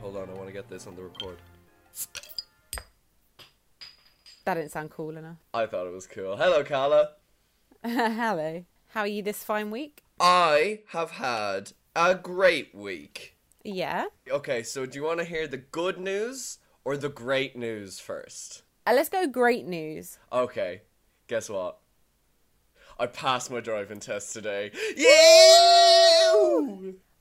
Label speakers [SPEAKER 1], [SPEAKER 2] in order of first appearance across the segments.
[SPEAKER 1] Hold on, I want to get this on the record.
[SPEAKER 2] That didn't sound cool enough.
[SPEAKER 1] I thought it was cool. Hello, Carla.
[SPEAKER 2] Hello. How are you this fine week?
[SPEAKER 1] I have had a great week.
[SPEAKER 2] Yeah.
[SPEAKER 1] Okay, so do you want to hear the good news or the great news first?
[SPEAKER 2] Uh, let's go great news.
[SPEAKER 1] Okay, guess what? I passed my driving test today. Yeah!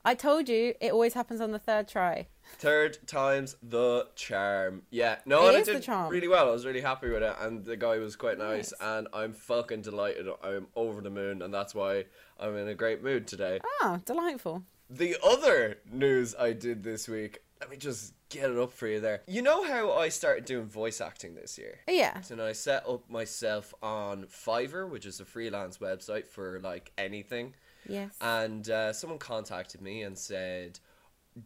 [SPEAKER 2] I told you it always happens on the third try.
[SPEAKER 1] Third time's the charm. Yeah, no, and I
[SPEAKER 2] is the
[SPEAKER 1] did
[SPEAKER 2] charm.
[SPEAKER 1] really well. I was really happy with it, and the guy was quite nice,
[SPEAKER 2] Nice.
[SPEAKER 1] and I'm fucking delighted. I'm over the moon, and that's why I'm in a great mood today.
[SPEAKER 2] Ah, delightful.
[SPEAKER 1] The other news I did this week, let me just get it up for you there. You know how I started doing voice acting this year?
[SPEAKER 2] Yeah.
[SPEAKER 1] And I set up myself on Fiverr, which is a freelance website for like anything.
[SPEAKER 2] Yes.
[SPEAKER 1] And uh, someone contacted me and said,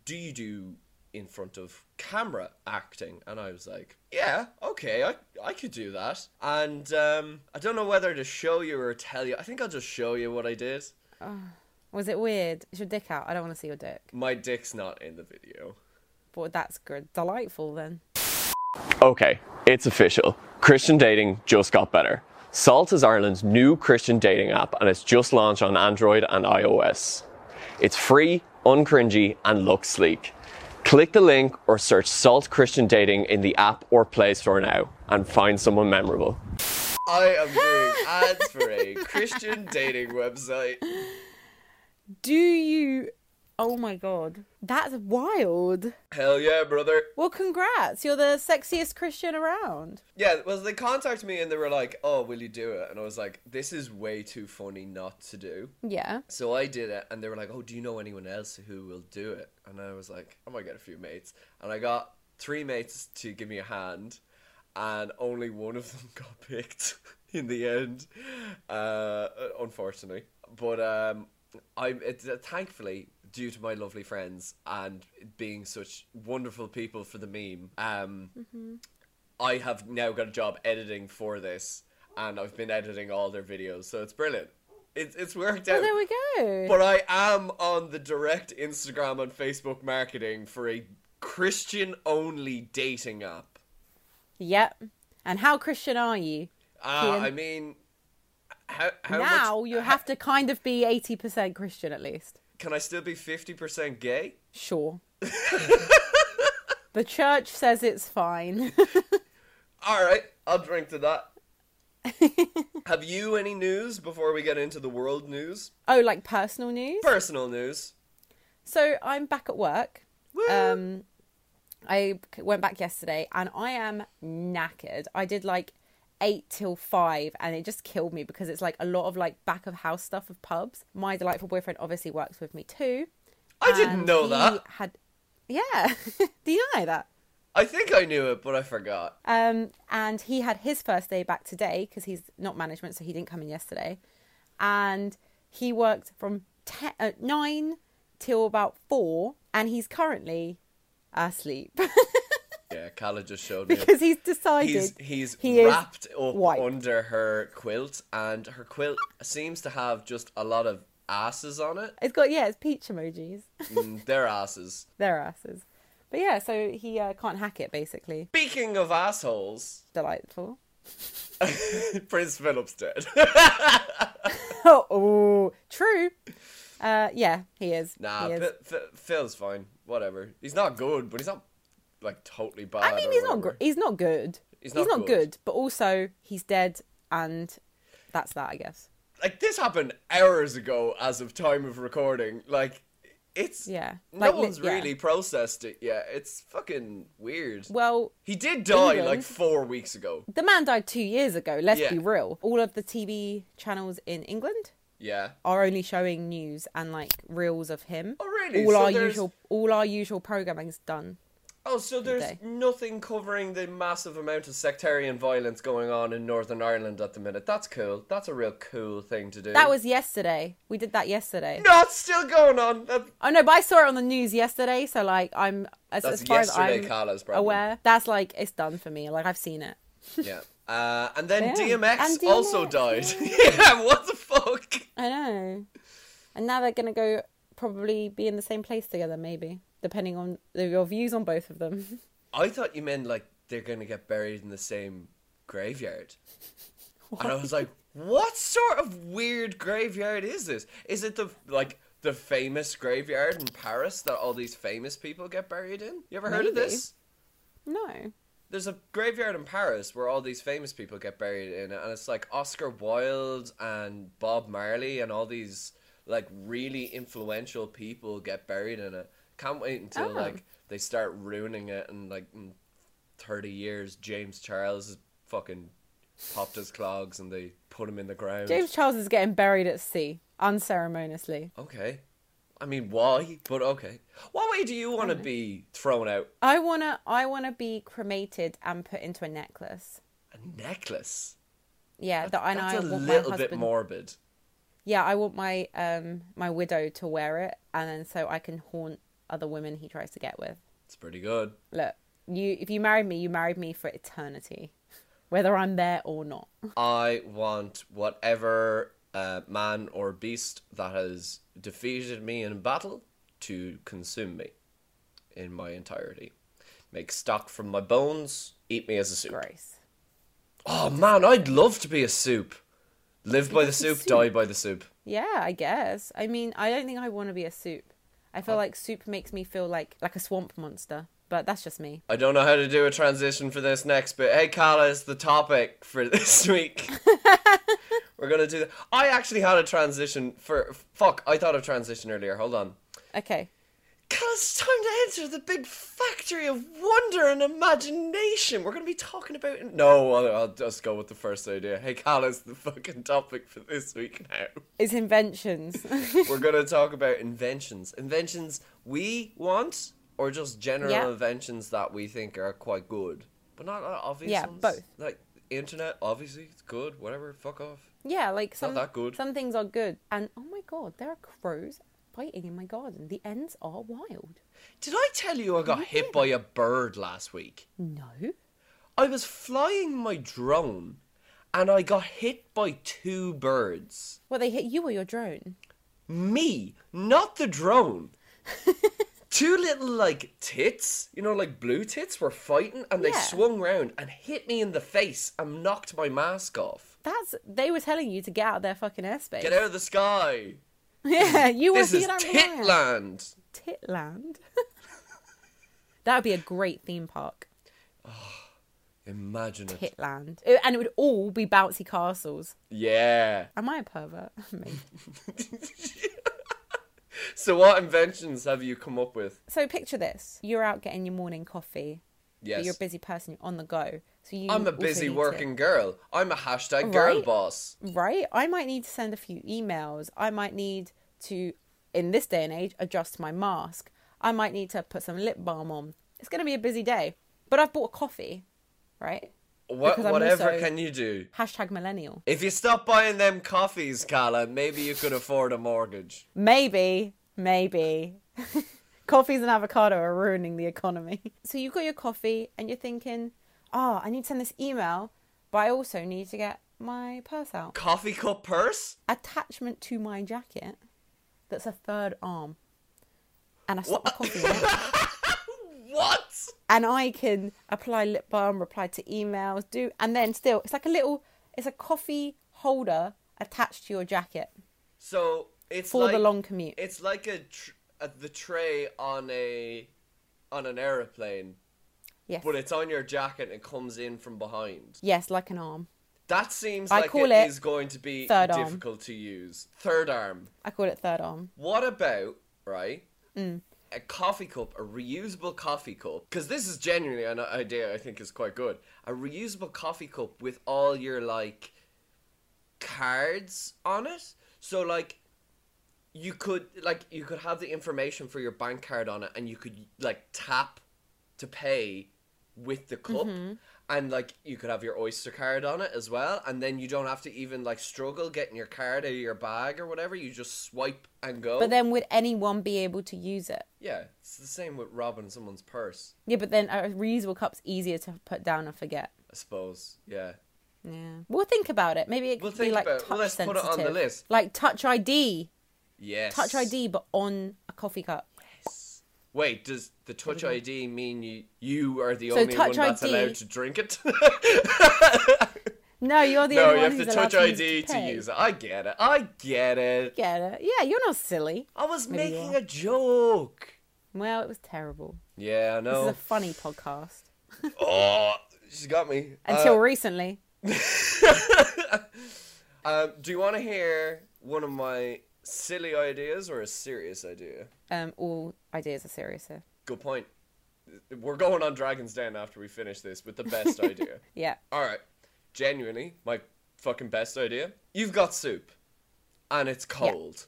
[SPEAKER 1] Do you do in front of camera acting? And I was like, Yeah, okay, I, I could do that. And um, I don't know whether to show you or tell you. I think I'll just show you what I did.
[SPEAKER 2] Was it weird? Is your dick out? I don't want to see your dick.
[SPEAKER 1] My dick's not in the video.
[SPEAKER 2] But that's good. Delightful then.
[SPEAKER 1] Okay, it's official. Christian dating just got better. Salt is Ireland's new Christian dating app and it's just launched on Android and iOS. It's free, uncringy, and looks sleek. Click the link or search Salt Christian Dating in the app or Play Store now and find someone memorable. I am doing ads for a Christian dating website.
[SPEAKER 2] Do you. Oh my god. That's wild.
[SPEAKER 1] Hell yeah, brother.
[SPEAKER 2] Well, congrats. You're the sexiest Christian around.
[SPEAKER 1] Yeah, well, they contacted me and they were like, "Oh, will you do it?" And I was like, "This is way too funny not to do."
[SPEAKER 2] Yeah.
[SPEAKER 1] So I did it, and they were like, "Oh, do you know anyone else who will do it?" And I was like, "I might get a few mates," and I got three mates to give me a hand, and only one of them got picked in the end, uh, unfortunately. But um, I'm it's uh, thankfully due to my lovely friends and being such wonderful people for the meme. Um, I have now got a job editing for this, and I've been editing all their videos, so it's brilliant. It's it's worked
[SPEAKER 2] Oh,
[SPEAKER 1] out.
[SPEAKER 2] there we go.
[SPEAKER 1] But I am on the direct Instagram and Facebook marketing for a Christian only dating app.
[SPEAKER 2] Yep. And how Christian are you?
[SPEAKER 1] Uh,
[SPEAKER 2] Ian.
[SPEAKER 1] I mean, how, how
[SPEAKER 2] now
[SPEAKER 1] much uh,
[SPEAKER 2] you have to kind of be 80% Christian at least.
[SPEAKER 1] can I still be 50% gay?
[SPEAKER 2] Sure. the church says it's fine.
[SPEAKER 1] All right, I'll drink to that. have you any news before we get into the world news?
[SPEAKER 2] oh, like personal news?
[SPEAKER 1] Personal news.
[SPEAKER 2] So I'm back at work.
[SPEAKER 1] Woo.
[SPEAKER 2] Um, I c- went back yesterday and I am knackered. I did like eight till five and it just killed me because it's like a lot of like back of house stuff of pubs. My delightful boyfriend obviously works with me too.
[SPEAKER 1] I didn't
[SPEAKER 2] and
[SPEAKER 1] know
[SPEAKER 2] he
[SPEAKER 1] that.
[SPEAKER 2] Had yeah, do you know that?
[SPEAKER 1] I think I knew it, but I forgot.
[SPEAKER 2] Um, and he had his first day back today because he's not management, so he didn't come in yesterday. And he worked from te- uh, nine till about four, and he's currently asleep
[SPEAKER 1] Yeah, Calla just showed me. a
[SPEAKER 2] because he's decided
[SPEAKER 1] he's he's
[SPEAKER 2] he is
[SPEAKER 1] wrapped up
[SPEAKER 2] white.
[SPEAKER 1] under her quilt, and her quilt seems to have just a lot of asses on it.
[SPEAKER 2] It's got yeah, it's peach emojis.
[SPEAKER 1] Mm, they're asses.
[SPEAKER 2] Their asses, but yeah, so he uh, can't hack it. Basically,
[SPEAKER 1] Speaking of assholes,
[SPEAKER 2] delightful.
[SPEAKER 1] Prince Philip's dead.
[SPEAKER 2] Oh, oh true. Uh, yeah, he is.
[SPEAKER 1] nah,
[SPEAKER 2] he is.
[SPEAKER 1] Phil Phil- Phil's fine. Whatever. He's not good, but he's not like totally bad.
[SPEAKER 2] I mean,
[SPEAKER 1] or
[SPEAKER 2] he's not gr-
[SPEAKER 1] whatever.
[SPEAKER 2] he's not good.
[SPEAKER 1] He's
[SPEAKER 2] He's
[SPEAKER 1] not good.
[SPEAKER 2] not, good. but also he's dead, and that's that, I guess.
[SPEAKER 1] Like this happened hours ago, as of time of recording. Like, it's
[SPEAKER 2] Yeah.
[SPEAKER 1] No
[SPEAKER 2] Like, li-
[SPEAKER 1] one's
[SPEAKER 2] yeah.
[SPEAKER 1] really processed it yet. It's fucking weird.
[SPEAKER 2] Well,
[SPEAKER 1] he did die
[SPEAKER 2] England-
[SPEAKER 1] like four weeks ago.
[SPEAKER 2] the man died two years ago. Let's
[SPEAKER 1] Yeah.
[SPEAKER 2] be real. All of the TV channels in England
[SPEAKER 1] Yeah.
[SPEAKER 2] are only showing news and like reels of him.
[SPEAKER 1] Oh, really?
[SPEAKER 2] All
[SPEAKER 1] So
[SPEAKER 2] our
[SPEAKER 1] there's-
[SPEAKER 2] usual all our usual programming's done.
[SPEAKER 1] Oh, so there's
[SPEAKER 2] day.
[SPEAKER 1] nothing covering the massive amount of sectarian violence going on in Northern Ireland at the minute. That's cool. That's a real cool thing to do.
[SPEAKER 2] That was yesterday. We did that yesterday.
[SPEAKER 1] No, it's still going on. That...
[SPEAKER 2] Oh no, but I saw it on the news yesterday, so like I'm as,
[SPEAKER 1] That's
[SPEAKER 2] as far as
[SPEAKER 1] yesterday,
[SPEAKER 2] I'm
[SPEAKER 1] Carla's problem.
[SPEAKER 2] aware. That's like it's done for me. Like I've seen it.
[SPEAKER 1] yeah. Uh, and then
[SPEAKER 2] Yeah.
[SPEAKER 1] DMX,
[SPEAKER 2] And
[SPEAKER 1] also died. yeah, what the fuck?
[SPEAKER 2] I know. And now they're gonna go probably be in the same place together, maybe, depending on the, your views on both of them.
[SPEAKER 1] I thought you meant like they're gonna get buried in the same graveyard. And I was like, what sort of weird graveyard is this? Is it the like the famous graveyard in Paris that all these famous people get buried in? You ever heard of
[SPEAKER 2] Maybe.
[SPEAKER 1] this?
[SPEAKER 2] no.
[SPEAKER 1] There's a graveyard in Paris where all these famous people get buried in it, and it's like Oscar Wilde and Bob Marley and all these like really influential people get buried in it. Can't wait until
[SPEAKER 2] Oh.
[SPEAKER 1] like they start ruining it and like in thirty years James Charles has fucking popped his clogs and they put him in the ground.
[SPEAKER 2] James Charles is getting buried at sea unceremoniously.
[SPEAKER 1] Okay. I mean, why? But okay. What way do you want to
[SPEAKER 2] Mm-hmm.
[SPEAKER 1] be thrown out?
[SPEAKER 2] I wanna, I wanna be cremated and put into a necklace.
[SPEAKER 1] A necklace.
[SPEAKER 2] Yeah, that, and
[SPEAKER 1] That's
[SPEAKER 2] I
[SPEAKER 1] a
[SPEAKER 2] want my
[SPEAKER 1] little
[SPEAKER 2] husband.
[SPEAKER 1] bit morbid.
[SPEAKER 2] Yeah, I want my um my widow to wear it, and then so I can haunt other women he tries to get with.
[SPEAKER 1] It's pretty good.
[SPEAKER 2] Look, you if you married me, you married me for eternity, whether I'm there or not.
[SPEAKER 1] I want whatever uh, man or beast that has defeated me in battle to consume me in my entirety. Make stock from my bones, eat me as a soup.
[SPEAKER 2] Gross.
[SPEAKER 1] Oh man, I'd love to be a soup. Live by the soup,
[SPEAKER 2] soup.
[SPEAKER 1] die by the soup.
[SPEAKER 2] Yeah, I guess. I mean, I don't think I want to be a soup. I
[SPEAKER 1] Oh.
[SPEAKER 2] feel like soup makes me feel like like a swamp monster, but that's just me.
[SPEAKER 1] I don't know how to do a transition for this next bit. Hey, Carla, it's the topic for this week. We're gonna do that. I actually had a transition for. Fuck, I thought of transition earlier. Hold on.
[SPEAKER 2] Okay.
[SPEAKER 1] Carla, it's time to enter the big factory of wonder and imagination. We're gonna be talking about. No, I'll, I'll just go with the first idea. Hey, Carla, it's the fucking topic for this week now.
[SPEAKER 2] It's inventions.
[SPEAKER 1] We're gonna talk about inventions. Inventions we want, or just general
[SPEAKER 2] Yeah.
[SPEAKER 1] inventions that we think are quite good, but not uh, obvious.
[SPEAKER 2] Yeah,
[SPEAKER 1] ones.
[SPEAKER 2] both.
[SPEAKER 1] Like internet, obviously it's good. Whatever, fuck off.
[SPEAKER 2] yeah, like some
[SPEAKER 1] that good.
[SPEAKER 2] some things are good. And oh my god, there are crows biting in my garden. The ends are wild.
[SPEAKER 1] Did I tell you I got hit by a bird last week?
[SPEAKER 2] No.
[SPEAKER 1] I was flying my drone, and I got hit by two birds.
[SPEAKER 2] Well, they hit you or your drone.
[SPEAKER 1] Me, not the drone. Two little like tits, you know, like blue tits, were fighting, and they
[SPEAKER 2] Yeah.
[SPEAKER 1] swung round and hit me in the face and knocked my mask off.
[SPEAKER 2] That's they were telling you to get out of their fucking airspace.
[SPEAKER 1] Get out of the sky.
[SPEAKER 2] yeah, you were
[SPEAKER 1] This is
[SPEAKER 2] get out of mine.
[SPEAKER 1] Titland.
[SPEAKER 2] Titland. that would be a great theme park.
[SPEAKER 1] Imagine it.
[SPEAKER 2] Titland. It- And it would all be bouncy castles.
[SPEAKER 1] Yeah.
[SPEAKER 2] Am I a pervert? Maybe.
[SPEAKER 1] So, what inventions have you come up with?
[SPEAKER 2] so picture this. You're out getting your morning coffee. But
[SPEAKER 1] Yes.
[SPEAKER 2] you're a busy person, you're on the go. So you
[SPEAKER 1] I'm a
[SPEAKER 2] also
[SPEAKER 1] busy
[SPEAKER 2] need to-
[SPEAKER 1] working girl. I'm a hashtag girl
[SPEAKER 2] Right?
[SPEAKER 1] boss.
[SPEAKER 2] right? I might need to send a few emails. I might need to in this day and age adjust my mask. I might need to put some lip balm on. It's going to be a busy day. But I've bought a coffee, right?
[SPEAKER 1] What,
[SPEAKER 2] Because I'm
[SPEAKER 1] whatever
[SPEAKER 2] also-
[SPEAKER 1] can you do?
[SPEAKER 2] Hashtag millennial.
[SPEAKER 1] If you stop buying them coffees, Carla, maybe you could afford a mortgage.
[SPEAKER 2] Maybe, maybe. Coffees and avocado are ruining the economy. So you've got your coffee and you're thinking, oh, I need to send this email, but I also need to get my purse out.
[SPEAKER 1] Coffee cup purse?
[SPEAKER 2] Attachment to my jacket that's a third arm. And I slot my coffee in it.
[SPEAKER 1] What?
[SPEAKER 2] And I can apply lip balm, reply to emails, do, and then still, it's like a little, it's a coffee holder attached to your jacket
[SPEAKER 1] So it's
[SPEAKER 2] for
[SPEAKER 1] like,
[SPEAKER 2] the long commute.
[SPEAKER 1] It's like a, tr- a the tray on a on an aeroplane,
[SPEAKER 2] yes.
[SPEAKER 1] but it's on your jacket and comes in from behind.
[SPEAKER 2] yes, like an arm.
[SPEAKER 1] That seems
[SPEAKER 2] I
[SPEAKER 1] like
[SPEAKER 2] call
[SPEAKER 1] it
[SPEAKER 2] it
[SPEAKER 1] is going to be
[SPEAKER 2] third arm.
[SPEAKER 1] difficult to use. Third arm.
[SPEAKER 2] I call it third arm.
[SPEAKER 1] What about right? A coffee cup, a reusable coffee cup, because this is genuinely an idea I think is quite good. A reusable coffee cup with all your like cards on it. So like you could like you could have the information for your bank card on it, and you could like tap to pay with the cup.
[SPEAKER 2] Mm-hmm.
[SPEAKER 1] And like you could have your Oyster card on it as well, and then you don't have to even like struggle getting your card out of your bag or whatever. You just swipe and go.
[SPEAKER 2] But then would anyone be able to use it?
[SPEAKER 1] yeah, it's the same with robbing someone's purse,
[SPEAKER 2] Yeah, but then a reusable cup's easier to put down and forget.
[SPEAKER 1] I suppose. Yeah,
[SPEAKER 2] Yeah. We'll think about it. Maybe it could
[SPEAKER 1] We'll
[SPEAKER 2] be
[SPEAKER 1] think
[SPEAKER 2] like
[SPEAKER 1] about it.
[SPEAKER 2] touch
[SPEAKER 1] Well, let's put it on
[SPEAKER 2] sensitive.
[SPEAKER 1] the list.
[SPEAKER 2] Like touch ID.
[SPEAKER 1] Yes.
[SPEAKER 2] Touch ID, but on a coffee cup.
[SPEAKER 1] Wait, does the touch ID mean you you are the
[SPEAKER 2] So
[SPEAKER 1] only one
[SPEAKER 2] Touch
[SPEAKER 1] that's
[SPEAKER 2] ID
[SPEAKER 1] allowed to drink it?
[SPEAKER 2] No, you're the
[SPEAKER 1] no,
[SPEAKER 2] only
[SPEAKER 1] you
[SPEAKER 2] one
[SPEAKER 1] have
[SPEAKER 2] who's
[SPEAKER 1] to
[SPEAKER 2] allowed
[SPEAKER 1] touch
[SPEAKER 2] to use
[SPEAKER 1] ID to
[SPEAKER 2] pay.
[SPEAKER 1] use it. I get it. I get it.
[SPEAKER 2] Get it? Yeah, you're not silly.
[SPEAKER 1] I was
[SPEAKER 2] Maybe you
[SPEAKER 1] making
[SPEAKER 2] are.
[SPEAKER 1] a joke.
[SPEAKER 2] Well, it was terrible.
[SPEAKER 1] Yeah, I
[SPEAKER 2] This
[SPEAKER 1] know.
[SPEAKER 2] is a funny podcast.
[SPEAKER 1] oh, she got me.
[SPEAKER 2] Until recently,
[SPEAKER 1] Uh, um, do you want to hear one of my silly ideas or a serious idea?
[SPEAKER 2] um, all ideas are serious here.
[SPEAKER 1] Good point. We're going on Dragon's Den after we finish this with the best idea.
[SPEAKER 2] Yeah.
[SPEAKER 1] All right. Genuinely, my fucking best idea. You've got soup and it's cold.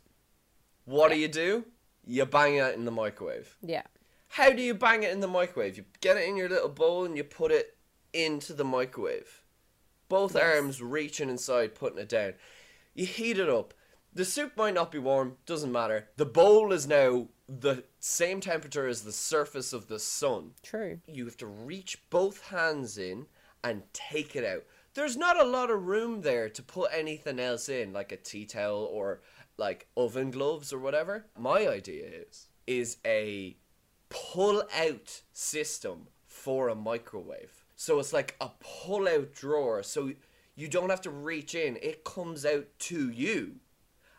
[SPEAKER 1] What do you do? You bang it in the microwave.
[SPEAKER 2] Yeah.
[SPEAKER 1] How do you bang it in the microwave? You get it in your little bowl and you put it into the microwave. Both arms reaching inside, putting it down. You heat it up. The soup might not be warm, doesn't matter. The bowl is now the same temperature as the surface of the sun
[SPEAKER 2] True.
[SPEAKER 1] you have to reach both hands in and take it out. There's not a lot of room there to put anything else in, like a tea towel or like oven gloves or whatever. My idea is is a pull out system for a microwave. So it's like a pull out drawer, so you don't have to reach in. It comes out to you,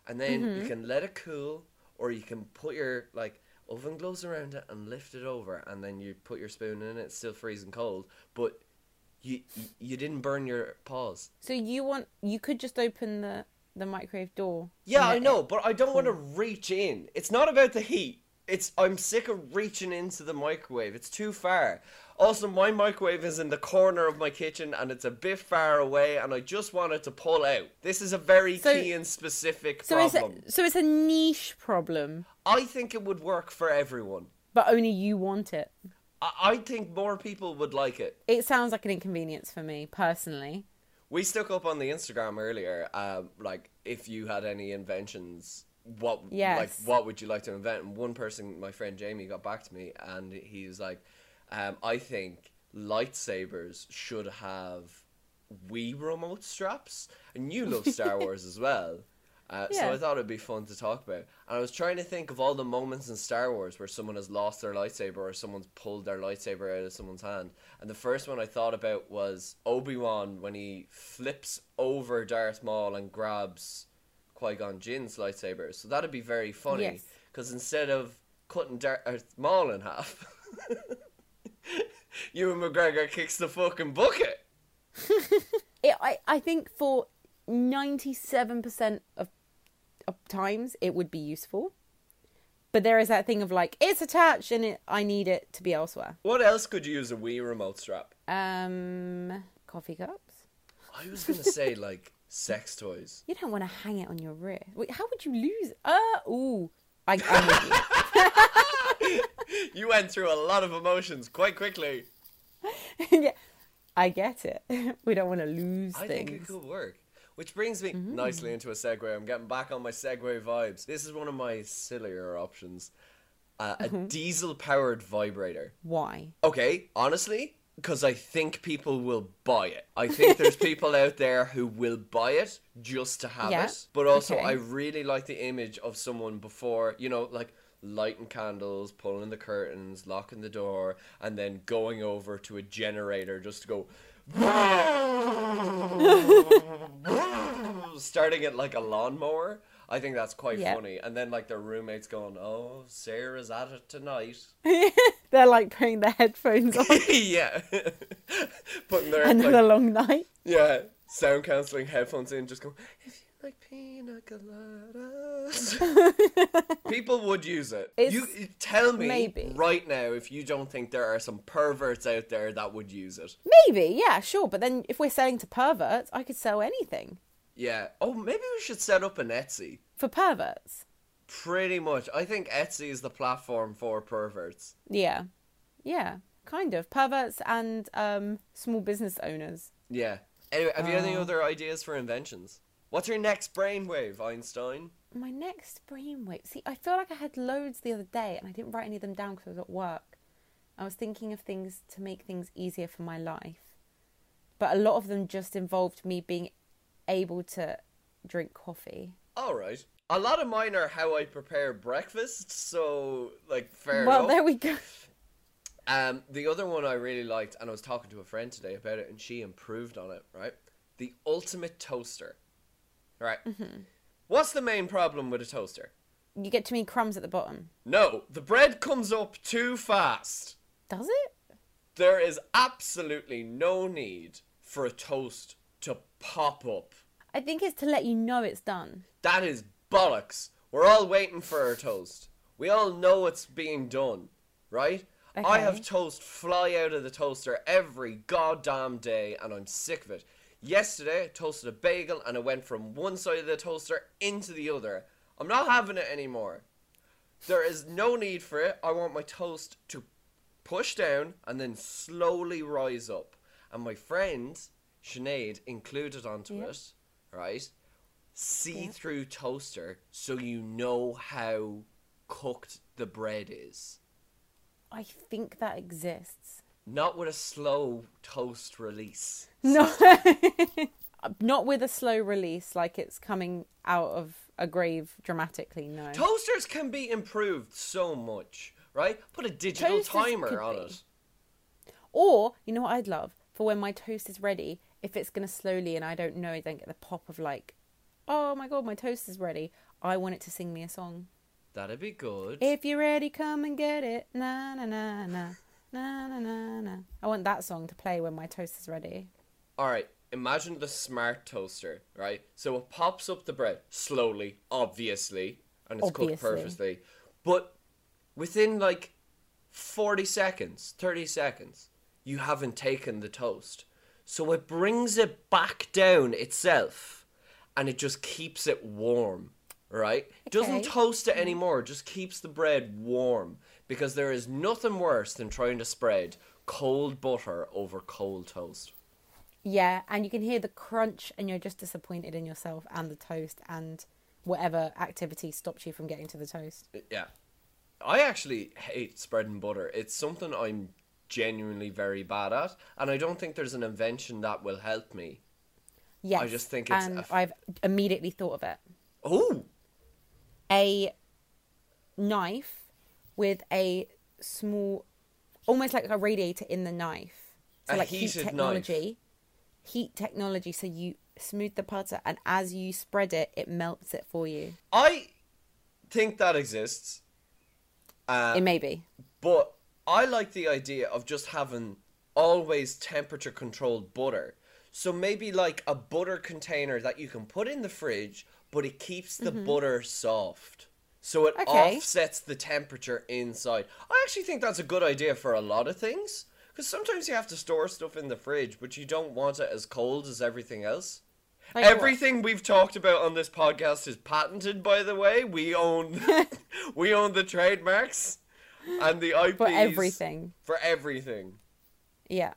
[SPEAKER 1] and then
[SPEAKER 2] Mm-hmm.
[SPEAKER 1] you can let it cool, or you can put your like oven gloves around it and lift it over, and then you put your spoon in it. It's still freezing cold, but you you didn't burn your paws.
[SPEAKER 2] So you want you could just open the the microwave door.
[SPEAKER 1] Yeah,
[SPEAKER 2] and
[SPEAKER 1] I
[SPEAKER 2] let
[SPEAKER 1] know,
[SPEAKER 2] it- Hmm.
[SPEAKER 1] but I don't want to reach in. It's not about the heat. It's I'm sick of reaching into the microwave. It's too far. Also, my microwave is in the corner of my kitchen and it's a bit far away, and I just wanted to pull out. This is a very
[SPEAKER 2] So-
[SPEAKER 1] key and specific
[SPEAKER 2] So it's
[SPEAKER 1] problem.
[SPEAKER 2] a, so it's a niche problem,
[SPEAKER 1] I think it would work for everyone.
[SPEAKER 2] but only you want it.
[SPEAKER 1] I, I think more people would like it.
[SPEAKER 2] It sounds like an inconvenience for me personally.
[SPEAKER 1] We stuck up on the Instagram earlier, um, like if you had any inventions, what like
[SPEAKER 2] Yes.
[SPEAKER 1] what would you like to invent? And one person, my friend Jamie, got back to me, and he was like, um, "I think lightsabers should have Wii remote straps." And you love Star Wars as well, uh, so I
[SPEAKER 2] Yeah.
[SPEAKER 1] thought it'd be fun to talk about. And I was trying to think of all the moments in Star Wars where someone has lost their lightsaber or someone's pulled their lightsaber out of someone's hand. And the first one I thought about was Obi Wan when he flips over Darth Maul and grabs Qui Gon Jinn's lightsaber. So that'd be very funny
[SPEAKER 2] Yes.
[SPEAKER 1] because instead of cutting Darth Maul in half, Ewan McGregor kicks the fucking bucket.
[SPEAKER 2] It, I I think for ninety seven percent of of times it would be useful, but there is that thing of like it's attached and it, I need it to be elsewhere.
[SPEAKER 1] What else could you use a Wii remote strap?
[SPEAKER 2] Um, coffee cups.
[SPEAKER 1] I was gonna say like sex toys.
[SPEAKER 2] You don't want to hang it on your wrist. Wait, how would you lose? it? Uh, ooh. I, I'm with you.
[SPEAKER 1] You went through a lot of emotions quite quickly.
[SPEAKER 2] yeah, I get it. We don't want to lose
[SPEAKER 1] I
[SPEAKER 2] things.
[SPEAKER 1] think it could work. Which brings me nicely into a segue. I'm getting back on my segue vibes. This is one of my sillier options uh, a diesel powered vibrator.
[SPEAKER 2] Why?
[SPEAKER 1] Okay, honestly, because I think people will buy it. I think there's people out there who will buy it just to have
[SPEAKER 2] Yeah,
[SPEAKER 1] it. But also,
[SPEAKER 2] okay.
[SPEAKER 1] I really like the image of someone before, you know, like lighting candles, pulling the curtains, locking the door, and then going over to a generator just to go. starting it like a lawnmower. I think that's quite
[SPEAKER 2] Yeah.
[SPEAKER 1] funny. And then, like, their roommates going, Oh, Sarah's at it tonight
[SPEAKER 2] They're like putting their headphones on
[SPEAKER 1] yeah. Putting their
[SPEAKER 2] another
[SPEAKER 1] like,
[SPEAKER 2] long night.
[SPEAKER 1] yeah sound cancelling headphones in, just going. If you like pina coladas, people would use it.
[SPEAKER 2] It's-
[SPEAKER 1] you you tell me
[SPEAKER 2] maybe.
[SPEAKER 1] right now if you don't think there are some perverts out there that would use it.
[SPEAKER 2] Maybe, yeah, sure. But then if we're selling to perverts, I could sell anything
[SPEAKER 1] Yeah. Oh, maybe we should set up an Etsy.
[SPEAKER 2] for perverts.
[SPEAKER 1] Pretty much. I think Etsy is the platform for perverts.
[SPEAKER 2] Yeah, yeah, kind of perverts and um, small business owners.
[SPEAKER 1] Yeah. Anyway, have you
[SPEAKER 2] Uh.
[SPEAKER 1] any other ideas for inventions? What's your next brainwave, Einstein?
[SPEAKER 2] My next brainwave. See, I feel like I had loads the other day and I didn't write any of them down because I was at work. I was thinking of things to make things easier for my life. But a lot of them just involved me being able to drink coffee.
[SPEAKER 1] All right. A lot of mine are how I prepare breakfast, so like fair
[SPEAKER 2] well,
[SPEAKER 1] enough.
[SPEAKER 2] there we go.
[SPEAKER 1] Um, the other one I really liked, and I was talking to a friend today about it, and she improved on it. Right, the ultimate toaster. Right.
[SPEAKER 2] Mm-hmm.
[SPEAKER 1] What's the main problem with a toaster?
[SPEAKER 2] You get too many crumbs at the bottom.
[SPEAKER 1] No, the bread comes up too fast.
[SPEAKER 2] Does it?
[SPEAKER 1] There is absolutely no need for a toast to pop up.
[SPEAKER 2] I think it's to let you know it's done.
[SPEAKER 1] That is bollocks. We're all waiting for our toast. We all know it's being done, right? I
[SPEAKER 2] Okay.
[SPEAKER 1] have toast fly out of the toaster every goddamn day, and I'm sick of it. Yesterday, I toasted a bagel, and it went from one side of the toaster into the other. I'm not having it anymore. There is no need for it. I want my toast to push down and then slowly rise up. And my friend, Sinead, included onto
[SPEAKER 2] Yep.
[SPEAKER 1] it, right? See through toaster so you know how cooked the bread is.
[SPEAKER 2] I think that exists.
[SPEAKER 1] Not with a slow toast release.
[SPEAKER 2] No. Not with a slow release, like it's coming out of a grave dramatically. No.
[SPEAKER 1] Toasters can be improved so much, right? Put a digital
[SPEAKER 2] Toasters could
[SPEAKER 1] timer on
[SPEAKER 2] be.
[SPEAKER 1] it.
[SPEAKER 2] Or, you know what I'd love? For when my toast is ready, if it's going to slowly and I don't know, I don't get the pop of like, oh my god, my toast is ready. I want it to sing me a song.
[SPEAKER 1] That'd be good.
[SPEAKER 2] If you're ready, come and get it. Na na na na. Na na na na. I want that song to play when my toast is ready.
[SPEAKER 1] All right, imagine the smart toaster, right? So it pops up the bread slowly, obviously, and it's cooked
[SPEAKER 2] Obviously.
[SPEAKER 1] perfectly. But within like 40 seconds, 30 seconds, you haven't taken the toast. So it brings it back down itself and it just keeps it warm, right? Doesn't
[SPEAKER 2] Okay.
[SPEAKER 1] toast it anymore, just keeps the bread warm because there is nothing worse than trying to spread cold butter over cold toast.
[SPEAKER 2] Yeah, and you can hear the crunch and you're just disappointed in yourself and the toast and whatever activity stops you from getting to the toast.
[SPEAKER 1] Yeah. I actually hate spread and butter. It's something I'm genuinely very bad at, and I don't think there's an invention that will help me.
[SPEAKER 2] Yes.
[SPEAKER 1] just think it's a
[SPEAKER 2] and i
[SPEAKER 1] f-
[SPEAKER 2] I've immediately thought of it.
[SPEAKER 1] Oh,
[SPEAKER 2] a knife with a small, almost like a radiator in the knife.
[SPEAKER 1] A
[SPEAKER 2] So like heat
[SPEAKER 1] heated knife.
[SPEAKER 2] technology, heat technology. So you smooth the butter, and as you spread it, it melts it for you.
[SPEAKER 1] I think that exists, Uh,
[SPEAKER 2] it may be.
[SPEAKER 1] but I like the idea of just having always temperature controlled butter. So maybe like a butter container that you can put in the fridge, but it keeps the butter soft. So it
[SPEAKER 2] Okay.
[SPEAKER 1] offsets the temperature inside. I actually think that's a good idea for a lot of things. Because sometimes you have to store stuff in the fridge, but you don't want it as cold as everything else.
[SPEAKER 2] Like what?
[SPEAKER 1] Everything we've talked about on this podcast is patented, by the way. We own we own the trademarks and the IPs
[SPEAKER 2] For everything,
[SPEAKER 1] For everything.
[SPEAKER 2] yeah,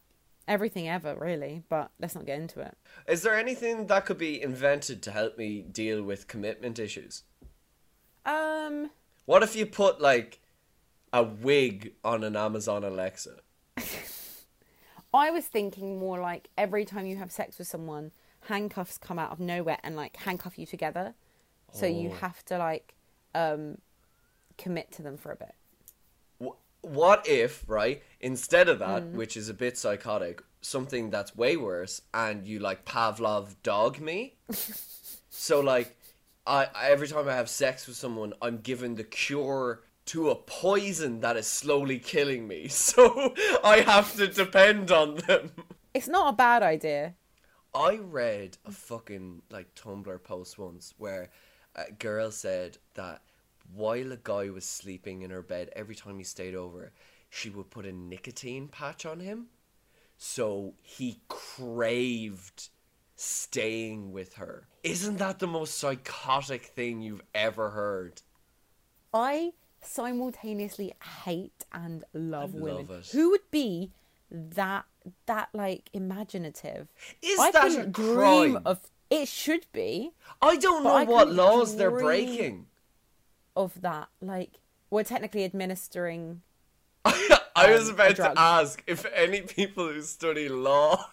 [SPEAKER 2] everything ever really. But let's not get into it.
[SPEAKER 1] Is there anything that could be invented to help me deal with commitment issues?
[SPEAKER 2] Um,
[SPEAKER 1] What if you put like a wig on an Amazon Alexa?
[SPEAKER 2] I was thinking more like every time you have sex with someone, handcuffs come out of nowhere and like handcuff you together. So you have to like um commit to them for a bit.
[SPEAKER 1] Wh- What if, right? Instead of that, which is a bit psychotic, something that's way worse, and you like Pavlov dog me? so like, I, I every time I have sex with someone, I'm given the cure to a poison that is slowly killing me. So I have to depend on them.
[SPEAKER 2] It's not a bad idea.
[SPEAKER 1] I read a fucking like Tumblr post once where a girl said that while a guy was sleeping in her bed, every time he stayed over, she would put a nicotine patch on him. So he craved staying with her. Isn't that the most psychotic thing you've ever heard?
[SPEAKER 2] I simultaneously hate and love
[SPEAKER 1] I
[SPEAKER 2] women.
[SPEAKER 1] love it.
[SPEAKER 2] Who would be that that like imaginative?
[SPEAKER 1] Is
[SPEAKER 2] I
[SPEAKER 1] that a
[SPEAKER 2] couldn't
[SPEAKER 1] crime?
[SPEAKER 2] dream of it should be
[SPEAKER 1] I don't
[SPEAKER 2] But
[SPEAKER 1] know
[SPEAKER 2] I
[SPEAKER 1] what
[SPEAKER 2] couldn't
[SPEAKER 1] laws they're
[SPEAKER 2] dream-
[SPEAKER 1] breaking.
[SPEAKER 2] of that. Like we're technically administering
[SPEAKER 1] I was
[SPEAKER 2] um, a
[SPEAKER 1] about to
[SPEAKER 2] drug.
[SPEAKER 1] ask if any people who study law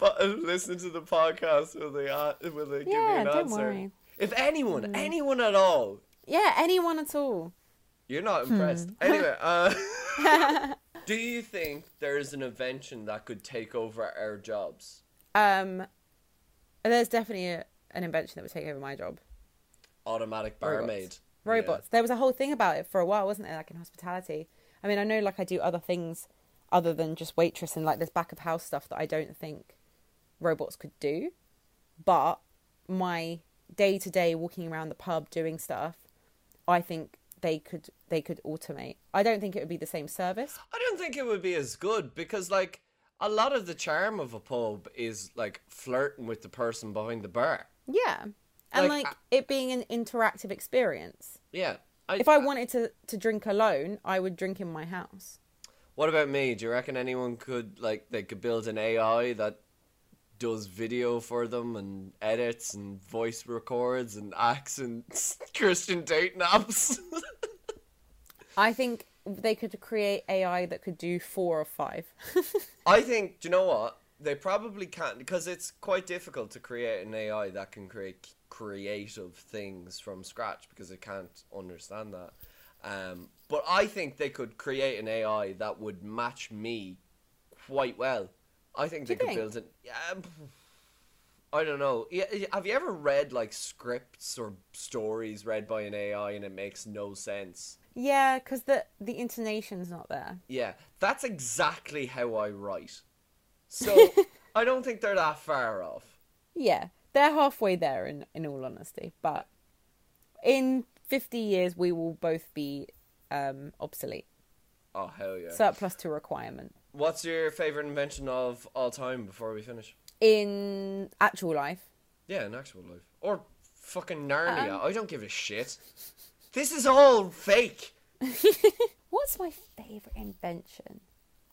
[SPEAKER 1] po- listen to the podcast. Will they? a will they give me
[SPEAKER 2] Yeah,
[SPEAKER 1] an
[SPEAKER 2] don't
[SPEAKER 1] answer?
[SPEAKER 2] worry. Mm.
[SPEAKER 1] If anyone, anyone at all,
[SPEAKER 2] Yeah, anyone at all.
[SPEAKER 1] you're not
[SPEAKER 2] Hmm.
[SPEAKER 1] impressed. Anyway, uh, do you think there is an invention that could take over our jobs?
[SPEAKER 2] Um, there's definitely a, an invention that would take over my job.
[SPEAKER 1] Automatic
[SPEAKER 2] Robots.
[SPEAKER 1] barmaid. Yeah.
[SPEAKER 2] Robots. There was a whole thing about it for a while, wasn't there? Like in hospitality. I mean, I know like I do other things other than just waitress and like this back of house stuff that I don't think robots could do. But my day to day walking around the pub doing stuff, I think they could they could automate. I don't think it would be the same service.
[SPEAKER 1] I don't think it would be as good because, like, a lot of the charm of a pub is like flirting with the person behind the bar.
[SPEAKER 2] Yeah. And
[SPEAKER 1] Like,
[SPEAKER 2] like,
[SPEAKER 1] I-
[SPEAKER 2] it being an interactive experience.
[SPEAKER 1] Yeah.
[SPEAKER 2] If I wanted to, to drink alone, I would drink in my house.
[SPEAKER 1] What about me? Do you reckon anyone could like they could build an AI that does video for them and edits and voice records and acts and Christian date apps?
[SPEAKER 2] I think they could create AI that could do four or five.
[SPEAKER 1] I think do you know what they probably can't because it's quite difficult to create an AI that can create creative things from scratch because it can't understand that. Um, but I think they could create an AI that would match me quite well. I think they
[SPEAKER 2] you
[SPEAKER 1] could
[SPEAKER 2] think?
[SPEAKER 1] build it. Um, I don't know. Yeah, yeah, Have you ever read like scripts or stories read by an AI and it makes no sense?
[SPEAKER 2] yeah, because the the intonation's not there.
[SPEAKER 1] Yeah, that's exactly how I write. So I don't think they're that far off.
[SPEAKER 2] Yeah, they're halfway there. In in all honesty, but in fifty years we will both be um, obsolete.
[SPEAKER 1] Oh hell yeah!
[SPEAKER 2] Surplus to requirement
[SPEAKER 1] What's your favorite invention of all time? Before we finish,
[SPEAKER 2] in actual life.
[SPEAKER 1] yeah, in actual life or fucking Narnia. I don't give a shit. This is all fake.
[SPEAKER 2] What's my favorite invention?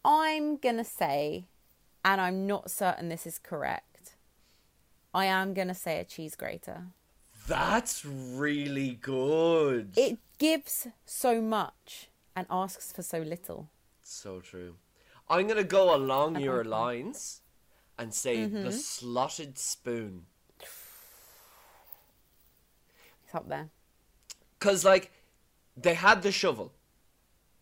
[SPEAKER 2] I'm gonna say, and I'm not certain this is correct. I am gonna say a cheese grater.
[SPEAKER 1] That's really good.
[SPEAKER 2] it gives so much and asks for so little.
[SPEAKER 1] so true. I'm gonna go along your lines and say the slotted spoon.
[SPEAKER 2] It's up there.
[SPEAKER 1] Cause like they had the shovel,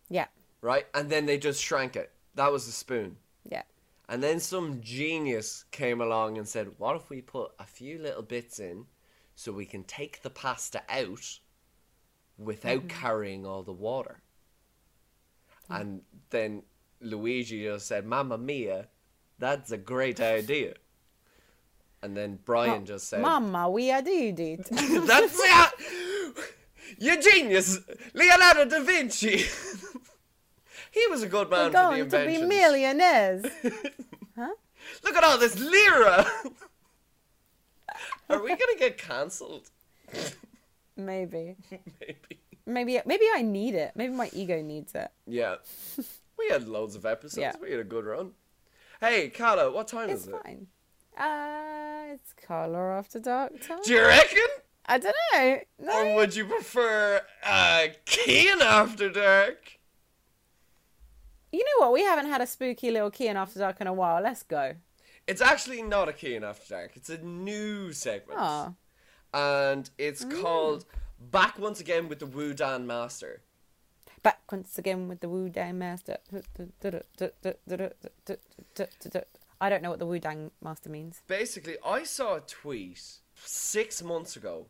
[SPEAKER 2] Yeah,
[SPEAKER 1] right? And then they just shrank it. That was the spoon.
[SPEAKER 2] yeah,
[SPEAKER 1] And then some genius came along and said, What if we put a few little bits in so we can take the pasta out without carrying all the water? And then Luigi just said, Mamma mia, that's a great idea. And then Brian just said,
[SPEAKER 2] Mama, we are dude it.
[SPEAKER 1] That's it! You're genius! Leonardo da Vinci! he was a good
[SPEAKER 2] We're
[SPEAKER 1] man for the
[SPEAKER 2] going to be
[SPEAKER 1] inventions.
[SPEAKER 2] millionaires.
[SPEAKER 1] Look at all this lira. Are we gonna get cancelled?
[SPEAKER 2] maybe,
[SPEAKER 1] Maybe.
[SPEAKER 2] maybe, maybe I need it. Maybe my ego needs it.
[SPEAKER 1] Yeah. We had loads of episodes.
[SPEAKER 2] Yeah.
[SPEAKER 1] We had a good run. Hey, Carla, what time
[SPEAKER 2] It's
[SPEAKER 1] is it?
[SPEAKER 2] fine. Uh, it's color after dark time.
[SPEAKER 1] Do you reckon?
[SPEAKER 2] I don't know.
[SPEAKER 1] Or
[SPEAKER 2] No,
[SPEAKER 1] would you prefer uh, Keen After Dark?
[SPEAKER 2] you know what? We haven't had a spooky little key in after dark in a while. Let's go.
[SPEAKER 1] It's actually not a Keen After Dark. It's a new segment,
[SPEAKER 2] Oh,
[SPEAKER 1] and it's called "Back Once Again with the Wudan Master."
[SPEAKER 2] back once again with the Wu Dang Master. I don't know what the Wu Dang Master means.
[SPEAKER 1] basically I saw a tweet six months ago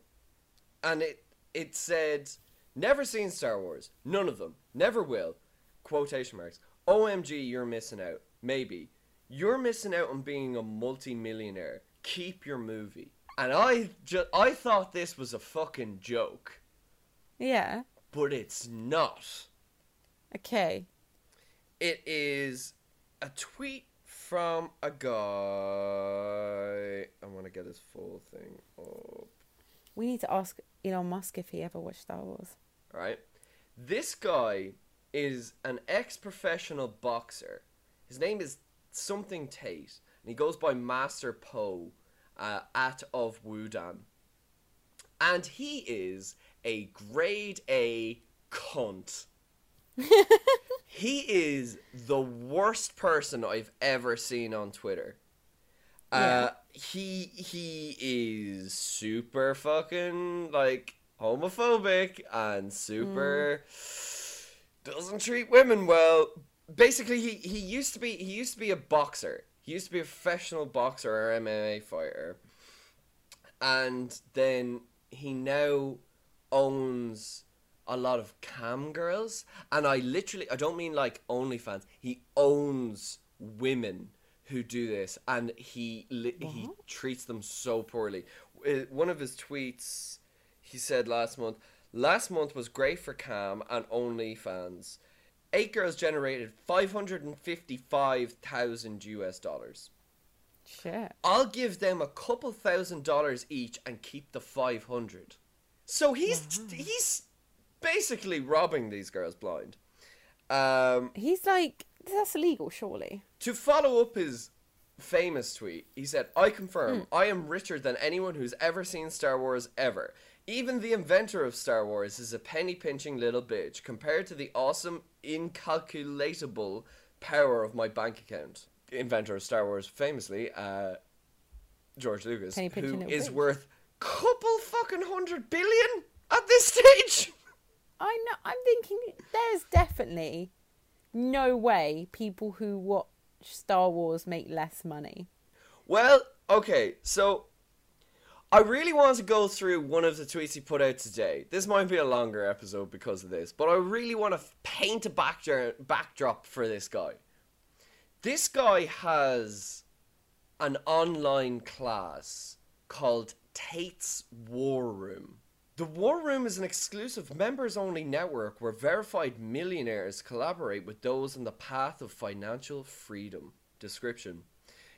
[SPEAKER 1] and it it said never seen Star Wars, none of them, never will. Quotation marks. OMG you're missing out. Maybe. You're missing out on being a multi-millionaire. Keep your movie. And I just I thought this was a fucking joke,
[SPEAKER 2] Yeah.
[SPEAKER 1] but it's not.
[SPEAKER 2] Okay.
[SPEAKER 1] It is a tweet from a guy. I want to get his full thing up.
[SPEAKER 2] We need to ask Elon Musk if he ever watched Star Wars.
[SPEAKER 1] All right. This guy is an ex professional boxer. His name is something Tate, and he goes by Master Po uh, at of Wudan. And he is a grade A cunt. he is the worst person I've ever seen on Twitter. Uh, he he is super fucking like homophobic and super doesn't treat women well. Basically, he he used to be he used to be a boxer. He used to be a professional boxer or MMA fighter, and then he now owns a lot of cam girls and i literally i don't mean like onlyfans he owns women who do this and he li- he treats them so poorly Uh, one of his tweets he said last month last month was great for cam and onlyfans eight girls generated 555000 us dollars
[SPEAKER 2] Shit.
[SPEAKER 1] I'll give them a couple thousand dollars each and keep the 500. So he's he's basically robbing these girls blind. Um,
[SPEAKER 2] He's like, that's illegal, surely.
[SPEAKER 1] to follow up his famous tweet, he said, I
[SPEAKER 2] Hmm.
[SPEAKER 1] confirm, I am richer than anyone who's ever seen Star Wars ever. Even the inventor of Star Wars is a penny pinching little bitch compared to the awesome, incalculatable power of my bank account. Inventor of Star Wars, famously, uh, George Lucas,
[SPEAKER 2] Penny pinching
[SPEAKER 1] who
[SPEAKER 2] little
[SPEAKER 1] is
[SPEAKER 2] bitch.
[SPEAKER 1] worth couple fucking hundred billion at this stage.
[SPEAKER 2] I know. I'm thinking there's definitely no way people who watch Star Wars make less money.
[SPEAKER 1] Well, okay, so I really want to go through one of the tweets he put out today. This might be a longer episode because of this, but I really want to paint a backdra- backdrop for this guy. This guy has an online class called Tate's War Room. The War Room is an exclusive members only network where verified millionaires collaborate with those on the path of financial freedom. Description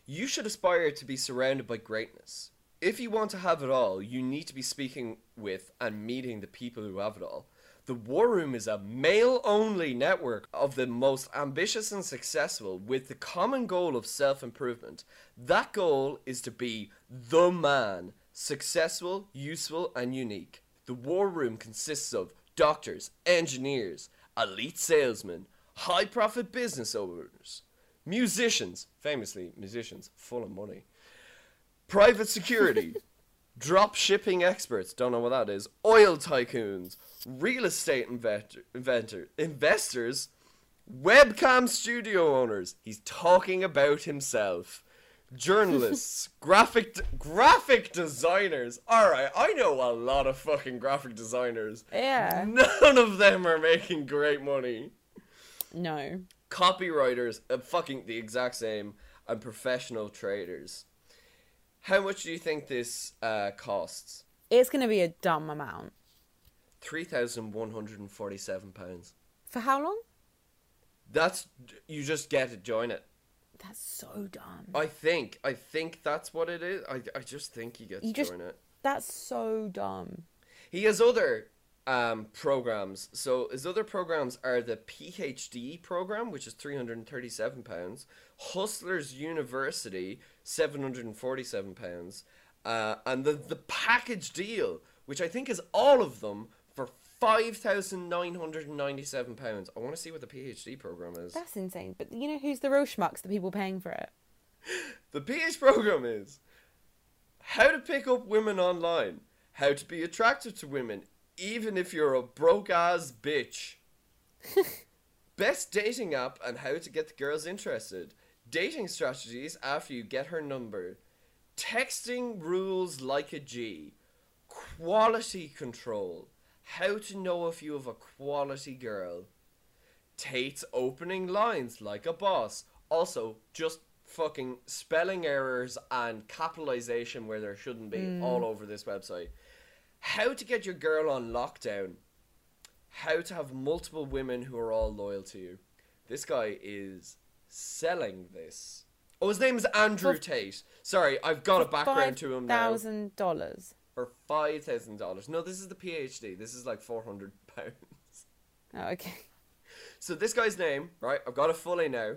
[SPEAKER 1] You should aspire to be surrounded by greatness. If you want to have it all, you need to be speaking with and meeting the people who have it all. The War Room is a male only network of the most ambitious and successful with the common goal of self improvement. That goal is to be the man, successful, useful, and unique. The War Room consists of doctors, engineers, elite salesmen, high profit business owners, musicians, famously, musicians, full of money private security, drop shipping experts, don't know what that is, oil tycoons, real estate inventor, inventor, investors, webcam studio owners. He's talking about himself. Journalists, graphic d- graphic designers. All right, I know a lot of fucking graphic designers.
[SPEAKER 2] Yeah.
[SPEAKER 1] None of them are making great money
[SPEAKER 2] No.
[SPEAKER 1] copywriters uh, fucking the exact same and professional traders how much do you think this uh, costs
[SPEAKER 2] It's going to be a dumb amount.
[SPEAKER 1] 3147 pounds
[SPEAKER 2] For how long?
[SPEAKER 1] that's you just get to join it
[SPEAKER 2] That's so dumb.
[SPEAKER 1] i think i think that's what it is i, I just think you get to
[SPEAKER 2] You just-
[SPEAKER 1] join it
[SPEAKER 2] That's so dumb.
[SPEAKER 1] He has other um, programs. So his other programs are the PhD program, which is three hundred and thirty-seven pounds. Hustlers University, seven hundred and forty-seven pounds, uh, and the the package deal, which I think is all of them for five thousand nine hundred and ninety-seven pounds. I want to see what the PhD program is.
[SPEAKER 2] That's insane. But you know who's the real schmucks? The people paying for it.
[SPEAKER 1] The PH program is how to pick up women online, how to be attractive to women, even if you're a broke ass bitch. Best dating app and how to get the girls interested. Dating strategies after you get her number. Texting rules like a G. Quality control. How to know if you have a quality girl. Tate's opening lines like a boss. Also, just fucking spelling errors and capitalization where there shouldn't be all over this website. How to get your girl on lockdown. How to have multiple women who are all loyal to you. This guy is selling this. Oh, his name is Andrew Tate. Sorry, I've got a background to him now.
[SPEAKER 2] thousand dollars.
[SPEAKER 1] For five thousand dollars. No, this is the PhD. This is like four hundred pounds.
[SPEAKER 2] Oh, okay.
[SPEAKER 1] So this guy's name, right? I've got it fully now.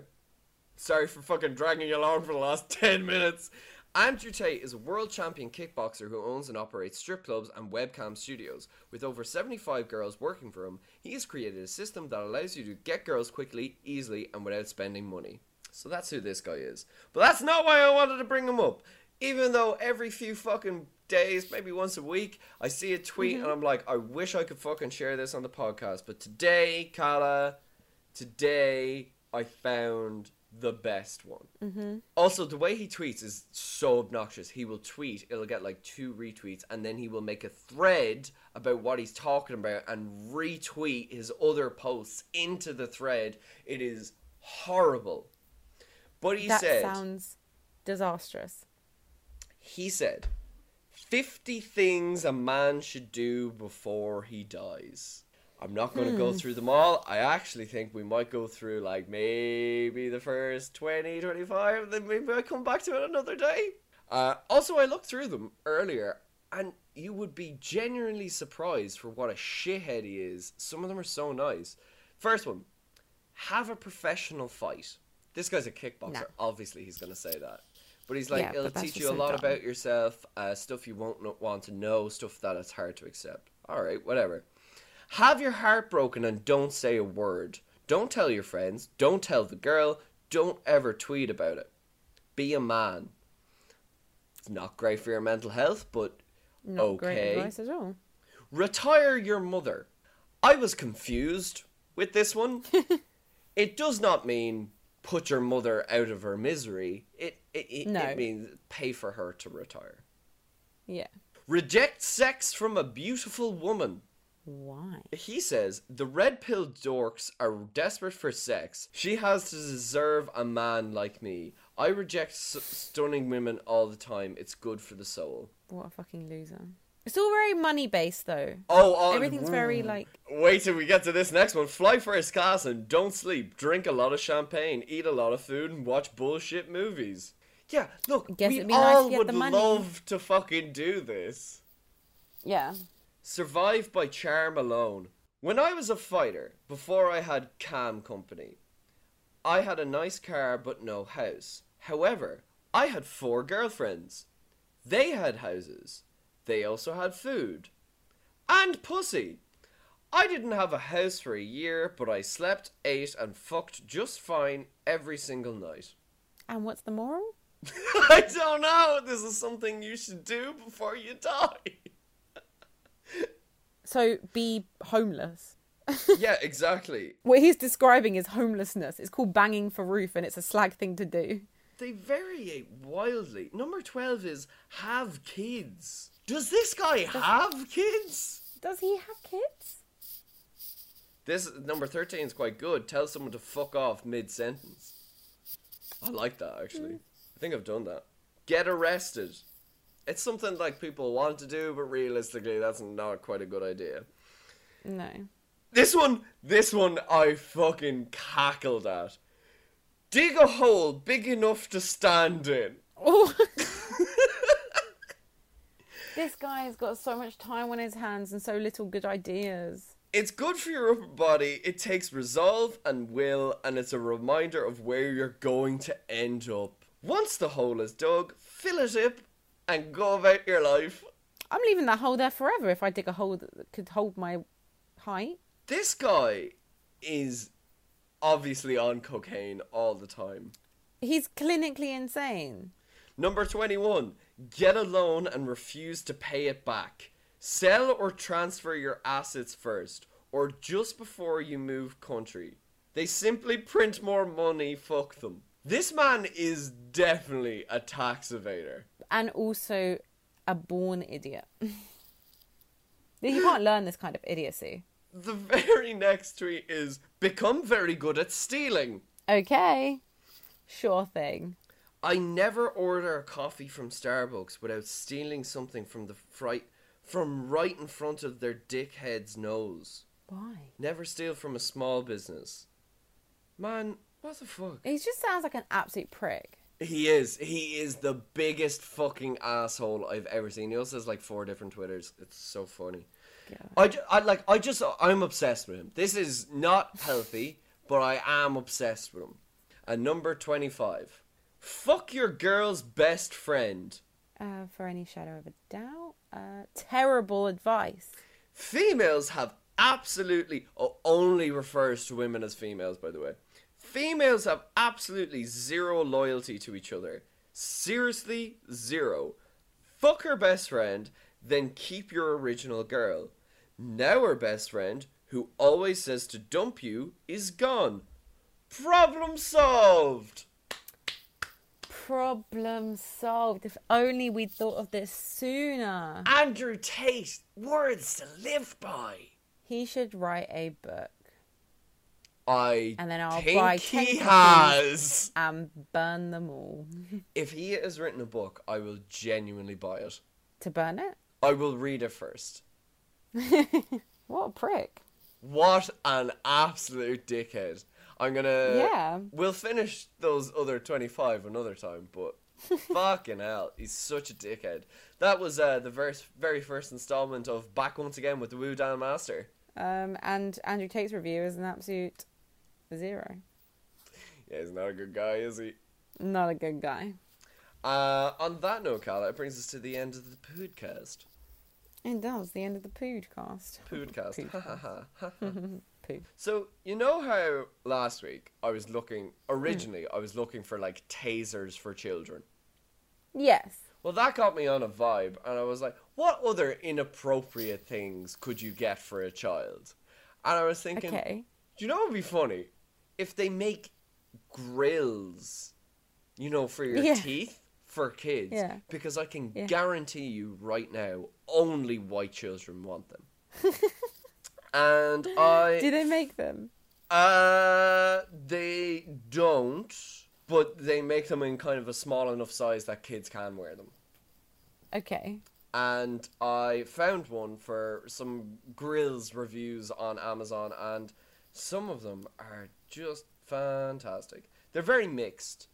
[SPEAKER 1] Sorry for fucking dragging you along for the last 10 minutes. Andrew Tate is a world champion kickboxer who owns and operates strip clubs and webcam studios. With over 75 girls working for him, he has created a system that allows you to get girls quickly, easily, and without spending money. So that's who this guy is. But that's not why I wanted to bring him up. Even though every few fucking days, maybe once a week, I see a tweet and I'm like, I wish I could fucking share this on the podcast. But today, Kala, today I found the best one. Mm-hmm. Also, the way he tweets is so obnoxious. He will tweet, it'll get like two retweets, and then he will make a thread about what he's talking about and retweet his other posts into the thread. It is horrible. But he
[SPEAKER 2] that
[SPEAKER 1] said,
[SPEAKER 2] sounds disastrous.
[SPEAKER 1] he said, 50 things a man should do before he dies. I'm not going to go through them all. I actually think we might go through like maybe the first 20, 25, then maybe I come back to it another day. Uh, also, I looked through them earlier and you would be genuinely surprised for what a shithead he is. Some of them are so nice. First one have a professional fight. This guy's a kickboxer.
[SPEAKER 2] Nah.
[SPEAKER 1] Obviously, he's going to say that. But he's like,
[SPEAKER 2] Yeah,
[SPEAKER 1] it'll
[SPEAKER 2] but that's
[SPEAKER 1] teach
[SPEAKER 2] just
[SPEAKER 1] you a
[SPEAKER 2] so
[SPEAKER 1] lot
[SPEAKER 2] dumb.
[SPEAKER 1] about yourself, uh, stuff you won't kno- want to know, stuff that it's hard to accept. All right, whatever. Have your heart broken and don't say a word. Don't tell your friends. Don't tell the girl. Don't ever tweet about it. Be a man. It's not great for your mental health, but
[SPEAKER 2] Not great
[SPEAKER 1] okay.
[SPEAKER 2] advice at all.
[SPEAKER 1] Retire your mother. I was confused with this one. it does not mean put your mother out of her misery. It it, it,
[SPEAKER 2] No.
[SPEAKER 1] it means pay for her to retire.
[SPEAKER 2] Yeah.
[SPEAKER 1] Reject sex from a beautiful woman.
[SPEAKER 2] Why?
[SPEAKER 1] He says the red pill dorks are desperate for sex. She has to deserve a man like me. I reject s- stunning women all the time. It's good for the soul.
[SPEAKER 2] What a fucking loser. It's all very money based though.
[SPEAKER 1] Oh, on,
[SPEAKER 2] Everything's very like
[SPEAKER 1] Wait till we get to this next one. Fly first class and don't sleep. Drink a lot of champagne. Eat a lot of food and watch bullshit movies. Yeah, look,
[SPEAKER 2] Guess
[SPEAKER 1] we
[SPEAKER 2] it'd be nice to
[SPEAKER 1] all
[SPEAKER 2] get
[SPEAKER 1] would
[SPEAKER 2] the money.
[SPEAKER 1] love to fucking do this.
[SPEAKER 2] Yeah.
[SPEAKER 1] Survive by charm alone. When I was a fighter, before I had cam company, I had a nice car but no house. However, I had four girlfriends. They had houses. They also had food. And pussy. I didn't have a house for a year, but I slept, ate, and fucked just fine every single night.
[SPEAKER 2] And what's the moral?
[SPEAKER 1] I don't know. This is something you should do before you die.
[SPEAKER 2] So be homeless.
[SPEAKER 1] yeah, exactly.
[SPEAKER 2] What he's describing is homelessness. It's called banging for roof and it's a slag thing to do.
[SPEAKER 1] they variate wildly. Number 12 is have kids. Does this guy have kids?
[SPEAKER 2] Does he have kids?
[SPEAKER 1] This number 13 is quite good. Tell someone to fuck off mid sentence. I like that actually. I think I've done that. Get arrested. It's something like people want to do, but realistically, that's not quite a good idea.
[SPEAKER 2] No.
[SPEAKER 1] This one, this one, I fucking cackled at. Dig a hole big enough to stand in.
[SPEAKER 2] Oh. this guy's got so much time on his hands and so little good ideas.
[SPEAKER 1] It's good for your upper body, it takes resolve and will, and it's a reminder of where you're going to end up. Once the hole is dug, fill it up and go about your life.
[SPEAKER 2] I'm leaving that hole there forever if I dig a hole that could hold my height.
[SPEAKER 1] This guy is obviously on cocaine all the time.
[SPEAKER 2] He's clinically insane.
[SPEAKER 1] Number 21, get a loan and refuse to pay it back. Sell or transfer your assets first, or just before you move country. They simply print more money, fuck them. This man is definitely a tax evader.
[SPEAKER 2] and also a born idiot. you can't learn this kind of idiocy.
[SPEAKER 1] The very next tweet is become very good at stealing.
[SPEAKER 2] Okay. Sure thing.
[SPEAKER 1] I never order a coffee from Starbucks without stealing something from the fright from right in front of their dickhead's nose.
[SPEAKER 2] Why?
[SPEAKER 1] Never steal from a small business. Man, what the fuck?
[SPEAKER 2] He just sounds like an absolute prick.
[SPEAKER 1] He is. He is the biggest fucking asshole I've ever seen. He also has like four different Twitters. It's so funny.
[SPEAKER 2] God.
[SPEAKER 1] I, ju- I like. I just. I'm obsessed with him. This is not healthy, but I am obsessed with him. And number twenty-five. Fuck your girl's best friend.
[SPEAKER 2] Uh, for any shadow of a doubt. Uh, terrible advice.
[SPEAKER 1] Females have absolutely. Oh, only refers to women as females, by the way. Females have absolutely zero loyalty to each other. Seriously, zero. Fuck her best friend, then keep your original girl. Now her best friend, who always says to dump you, is gone. Problem solved!
[SPEAKER 2] Problem solved. If only we'd thought of this sooner.
[SPEAKER 1] Andrew Tate, words to live by.
[SPEAKER 2] He should write a book
[SPEAKER 1] I
[SPEAKER 2] And then I'll
[SPEAKER 1] think
[SPEAKER 2] buy 10
[SPEAKER 1] he
[SPEAKER 2] copies.
[SPEAKER 1] has.
[SPEAKER 2] and burn them all.
[SPEAKER 1] If he has written a book, I will genuinely buy it.
[SPEAKER 2] to burn it?
[SPEAKER 1] I will read it first.
[SPEAKER 2] What a prick.
[SPEAKER 1] What an absolute dickhead. I'm gonna.
[SPEAKER 2] Yeah.
[SPEAKER 1] We'll finish those other 25 another time, but fucking hell, he's such a dickhead. That was uh, the very, very first installment of Back Once Again with the Wu Dan Master.
[SPEAKER 2] Um, and Andrew Tate's review is an absolute zero.
[SPEAKER 1] Yeah, he's not a good guy, is he?
[SPEAKER 2] Not a good guy.
[SPEAKER 1] Uh, on that note, Carla, it brings us to the end of the podcast.
[SPEAKER 2] It does. The end of the podcast.
[SPEAKER 1] Podcast. Ha ha ha. ha.
[SPEAKER 2] Poo.
[SPEAKER 1] So you know how last week I was looking originally I was looking for like tasers for children.
[SPEAKER 2] Yes.
[SPEAKER 1] Well, that got me on a vibe, and I was like, what other inappropriate things could you get for a child? And I was thinking,
[SPEAKER 2] Okay.
[SPEAKER 1] do you know what would be funny? If they make grills, you know, for your
[SPEAKER 2] Yeah.
[SPEAKER 1] teeth for kids,
[SPEAKER 2] Yeah.
[SPEAKER 1] because I can
[SPEAKER 2] Yeah.
[SPEAKER 1] guarantee you right now, only white children want them. and I.
[SPEAKER 2] Do they make them?
[SPEAKER 1] Uh, they don't, but they make them in kind of a small enough size that kids can wear them.
[SPEAKER 2] Okay.
[SPEAKER 1] And I found one for some grills reviews on Amazon, and some of them are just fantastic. They're very mixed.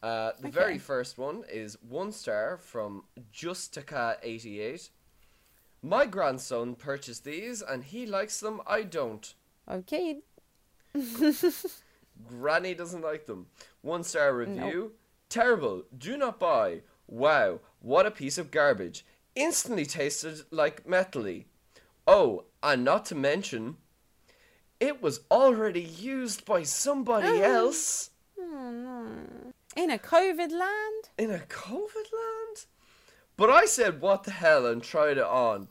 [SPEAKER 1] Uh, the very
[SPEAKER 2] Okay.
[SPEAKER 1] first one is one star from Justica88. My grandson purchased these, and he likes them. I don't.
[SPEAKER 2] Okay.
[SPEAKER 1] Granny doesn't like them. One star review. Terrible. Do not buy. Wow. What a piece of garbage. Instantly tasted like metally. Oh, and not to mention, it was already used by somebody else
[SPEAKER 2] Oh, In a COVID land?
[SPEAKER 1] in a COVID land. But I said, what the hell, and tried it on.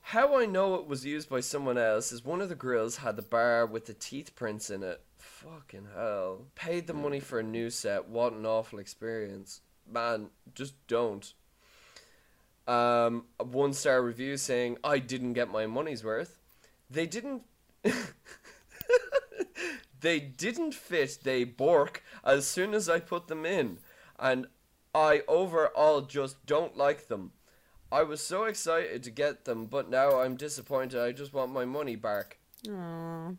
[SPEAKER 1] How I know it was used by someone else is one of the grills had the bar with the teeth prints in it. Fucking hell. Paid the money for a new set. What an awful experience. Man, just don't. Um, a one star review saying, I didn't get my money's worth. They didn't. they didn't fit, they bork, as soon as I put them in. And I overall just don't like them. I was so excited to get them, but now I'm disappointed. I just want my money back.
[SPEAKER 2] Aww.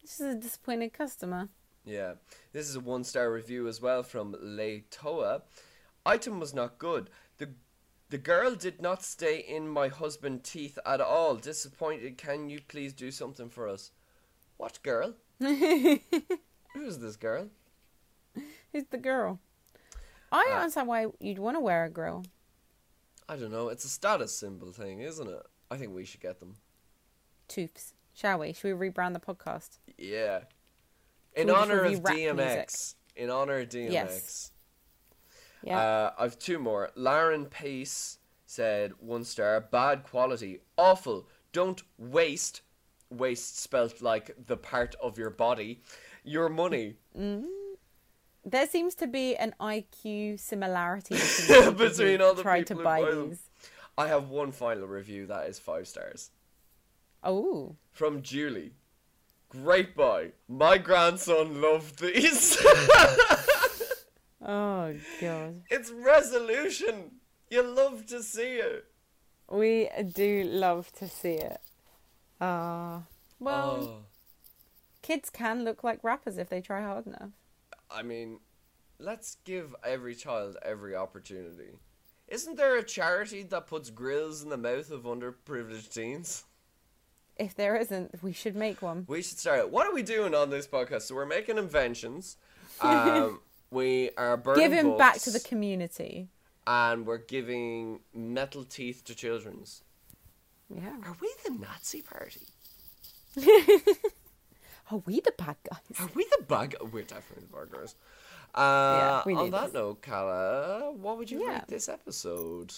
[SPEAKER 2] This is a disappointed customer.
[SPEAKER 1] Yeah. This is a one star review as well from Leitoa. Item was not good. The the girl did not stay in my husband teeth at all. Disappointed. Can you please do something for us? What girl? Who's this girl?
[SPEAKER 2] Who's the girl? I don't
[SPEAKER 1] Uh,
[SPEAKER 2] understand why you'd want to wear a grill.
[SPEAKER 1] I don't know. It's a status symbol thing, isn't it? I think we should get them.
[SPEAKER 2] Toops. Shall we? Should we rebrand the podcast?
[SPEAKER 1] Yeah. In
[SPEAKER 2] we just
[SPEAKER 1] honor of
[SPEAKER 2] review rap
[SPEAKER 1] DMX.
[SPEAKER 2] music?
[SPEAKER 1] In honor of DMX.
[SPEAKER 2] Yeah.
[SPEAKER 1] Uh, I've two more. Lauren Pace said one star, bad quality, awful. Don't waste, waste spelt like the part of your body, your money
[SPEAKER 2] there seems to be an IQ similarity between, people who
[SPEAKER 1] between all the
[SPEAKER 2] try
[SPEAKER 1] people
[SPEAKER 2] to
[SPEAKER 1] who
[SPEAKER 2] buy
[SPEAKER 1] buy them.
[SPEAKER 2] these.
[SPEAKER 1] I have one final review that is five stars
[SPEAKER 2] Oh,
[SPEAKER 1] from Julie. Great boy. My grandson loved these.
[SPEAKER 2] oh god,
[SPEAKER 1] it's resolution. You love to see it.
[SPEAKER 2] we do love to see it. Ah, well,
[SPEAKER 1] Oh.
[SPEAKER 2] kids can look like rappers if they try hard enough.
[SPEAKER 1] I mean, let's give every child every opportunity. Isn't there a charity that puts grills in the mouth of underprivileged teens?
[SPEAKER 2] If there isn't, we should make one.
[SPEAKER 1] We should start. it. What are we doing on this podcast? So we're making inventions. Um, we are burning
[SPEAKER 2] Give him back to the
[SPEAKER 1] books,
[SPEAKER 2] community.
[SPEAKER 1] and we're giving metal teeth to childrens.
[SPEAKER 2] Yeah.
[SPEAKER 1] Are we the Nazi party?
[SPEAKER 2] are we the bad guys?
[SPEAKER 1] Are we the bad guy? We're definitely the bad guys. Uh,
[SPEAKER 2] we
[SPEAKER 1] on
[SPEAKER 2] knew
[SPEAKER 1] that
[SPEAKER 2] this.
[SPEAKER 1] note, Calla, what would you
[SPEAKER 2] Yeah.
[SPEAKER 1] rate this episode?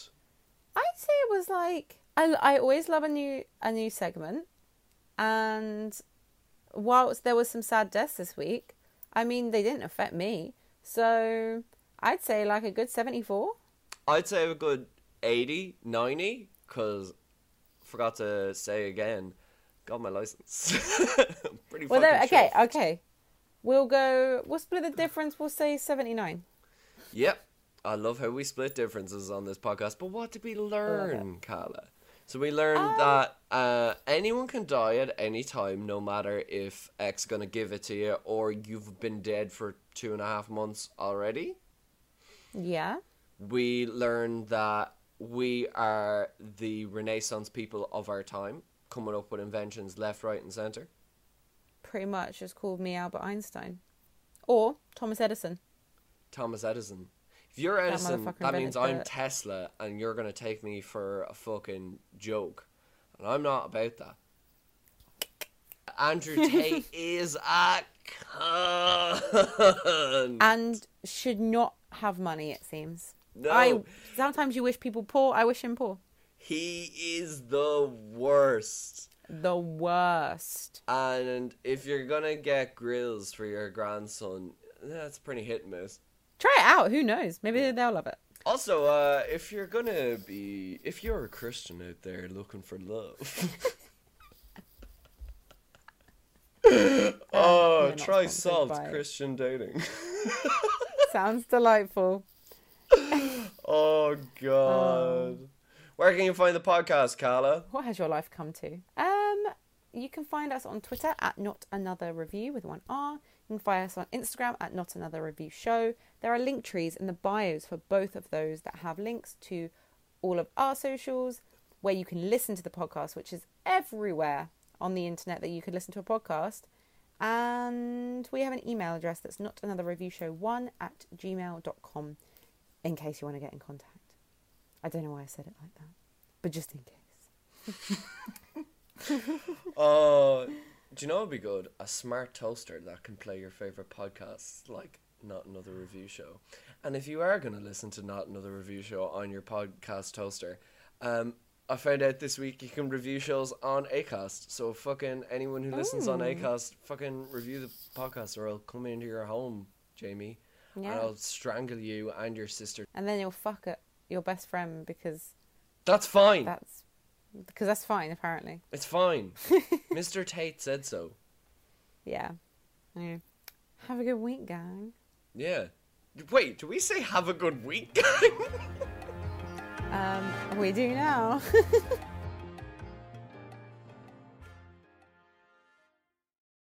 [SPEAKER 2] I'd say it was like I, I always love a new a new segment, and whilst there was some sad deaths this week, I mean they didn't affect me, so I'd say like a good seventy four.
[SPEAKER 1] I'd say a good 80, 90, because forgot to say again, got my license. Pretty
[SPEAKER 2] Well,
[SPEAKER 1] fucking
[SPEAKER 2] there, okay,
[SPEAKER 1] chuffed.
[SPEAKER 2] okay, we'll go. We'll split the difference. We'll say seventy nine.
[SPEAKER 1] Yep. I love how we split differences on this podcast. But what did we learn, Carla? So we learned
[SPEAKER 2] Um,
[SPEAKER 1] that uh, anyone can die at any time, no matter if X gonna give it to you or you've been dead for two and a half months already.
[SPEAKER 2] Yeah.
[SPEAKER 1] We learned that we are the Renaissance people of our time, coming up with inventions left, right, and center.
[SPEAKER 2] pretty much just called me Albert Einstein or Thomas Edison.
[SPEAKER 1] Thomas Edison. If you're Edison,
[SPEAKER 2] motherfucker
[SPEAKER 1] that, means
[SPEAKER 2] invented
[SPEAKER 1] I'm
[SPEAKER 2] the-
[SPEAKER 1] Tesla, and you're gonna take me for a fucking joke, and I'm not about that. Andrew Tate is a cunt.
[SPEAKER 2] And should not have money, it seems.
[SPEAKER 1] No.
[SPEAKER 2] I sometimes you wish people poor. I wish him poor.
[SPEAKER 1] He is the worst.
[SPEAKER 2] The worst.
[SPEAKER 1] And if you're gonna get grills for your grandson, that's pretty hit and miss.
[SPEAKER 2] Try it out. Who knows? Maybe they'll love it.
[SPEAKER 1] Also, uh, if you're gonna be, if you're a Christian out there looking for love, oh,
[SPEAKER 2] we're not
[SPEAKER 1] try
[SPEAKER 2] sponsored
[SPEAKER 1] solved
[SPEAKER 2] by-
[SPEAKER 1] Christian dating.
[SPEAKER 2] Sounds delightful.
[SPEAKER 1] oh God,
[SPEAKER 2] Um,
[SPEAKER 1] where can you find the podcast, Carla?
[SPEAKER 2] What has your life come to? Um, you can find us on Twitter at Not Another Review with one R. You can find us on Instagram at Not Another Review Show. There are link trees in the bios for both of those that have links to all of our socials, where you can listen to the podcast, which is everywhere on the internet that you could listen to a podcast. And we have an email address that's not another review show one at gmail.com in case you want to get in contact. I don't know why I said it like that, but just in case.
[SPEAKER 1] Oh, do you know what'd be good? A smart toaster that can play your favorite podcasts, like Not Another Review Show. And if you are gonna listen to Not Another Review Show on your podcast toaster, um, I found out this week you can review shows on Acast. So fucking anyone who listens on Acast, fucking review the podcast, or I'll come into your home, Jamie, and
[SPEAKER 2] Yeah.
[SPEAKER 1] I'll strangle you and your sister.
[SPEAKER 2] and then you'll fuck at your best friend because
[SPEAKER 1] That's fine.
[SPEAKER 2] that's because that's fine apparently.
[SPEAKER 1] It's fine. Mr. Tate said so.
[SPEAKER 2] Yeah. yeah. Have a good week, gang.
[SPEAKER 1] Yeah. Wait, do we say have a good week, guys?
[SPEAKER 2] Um, we do now.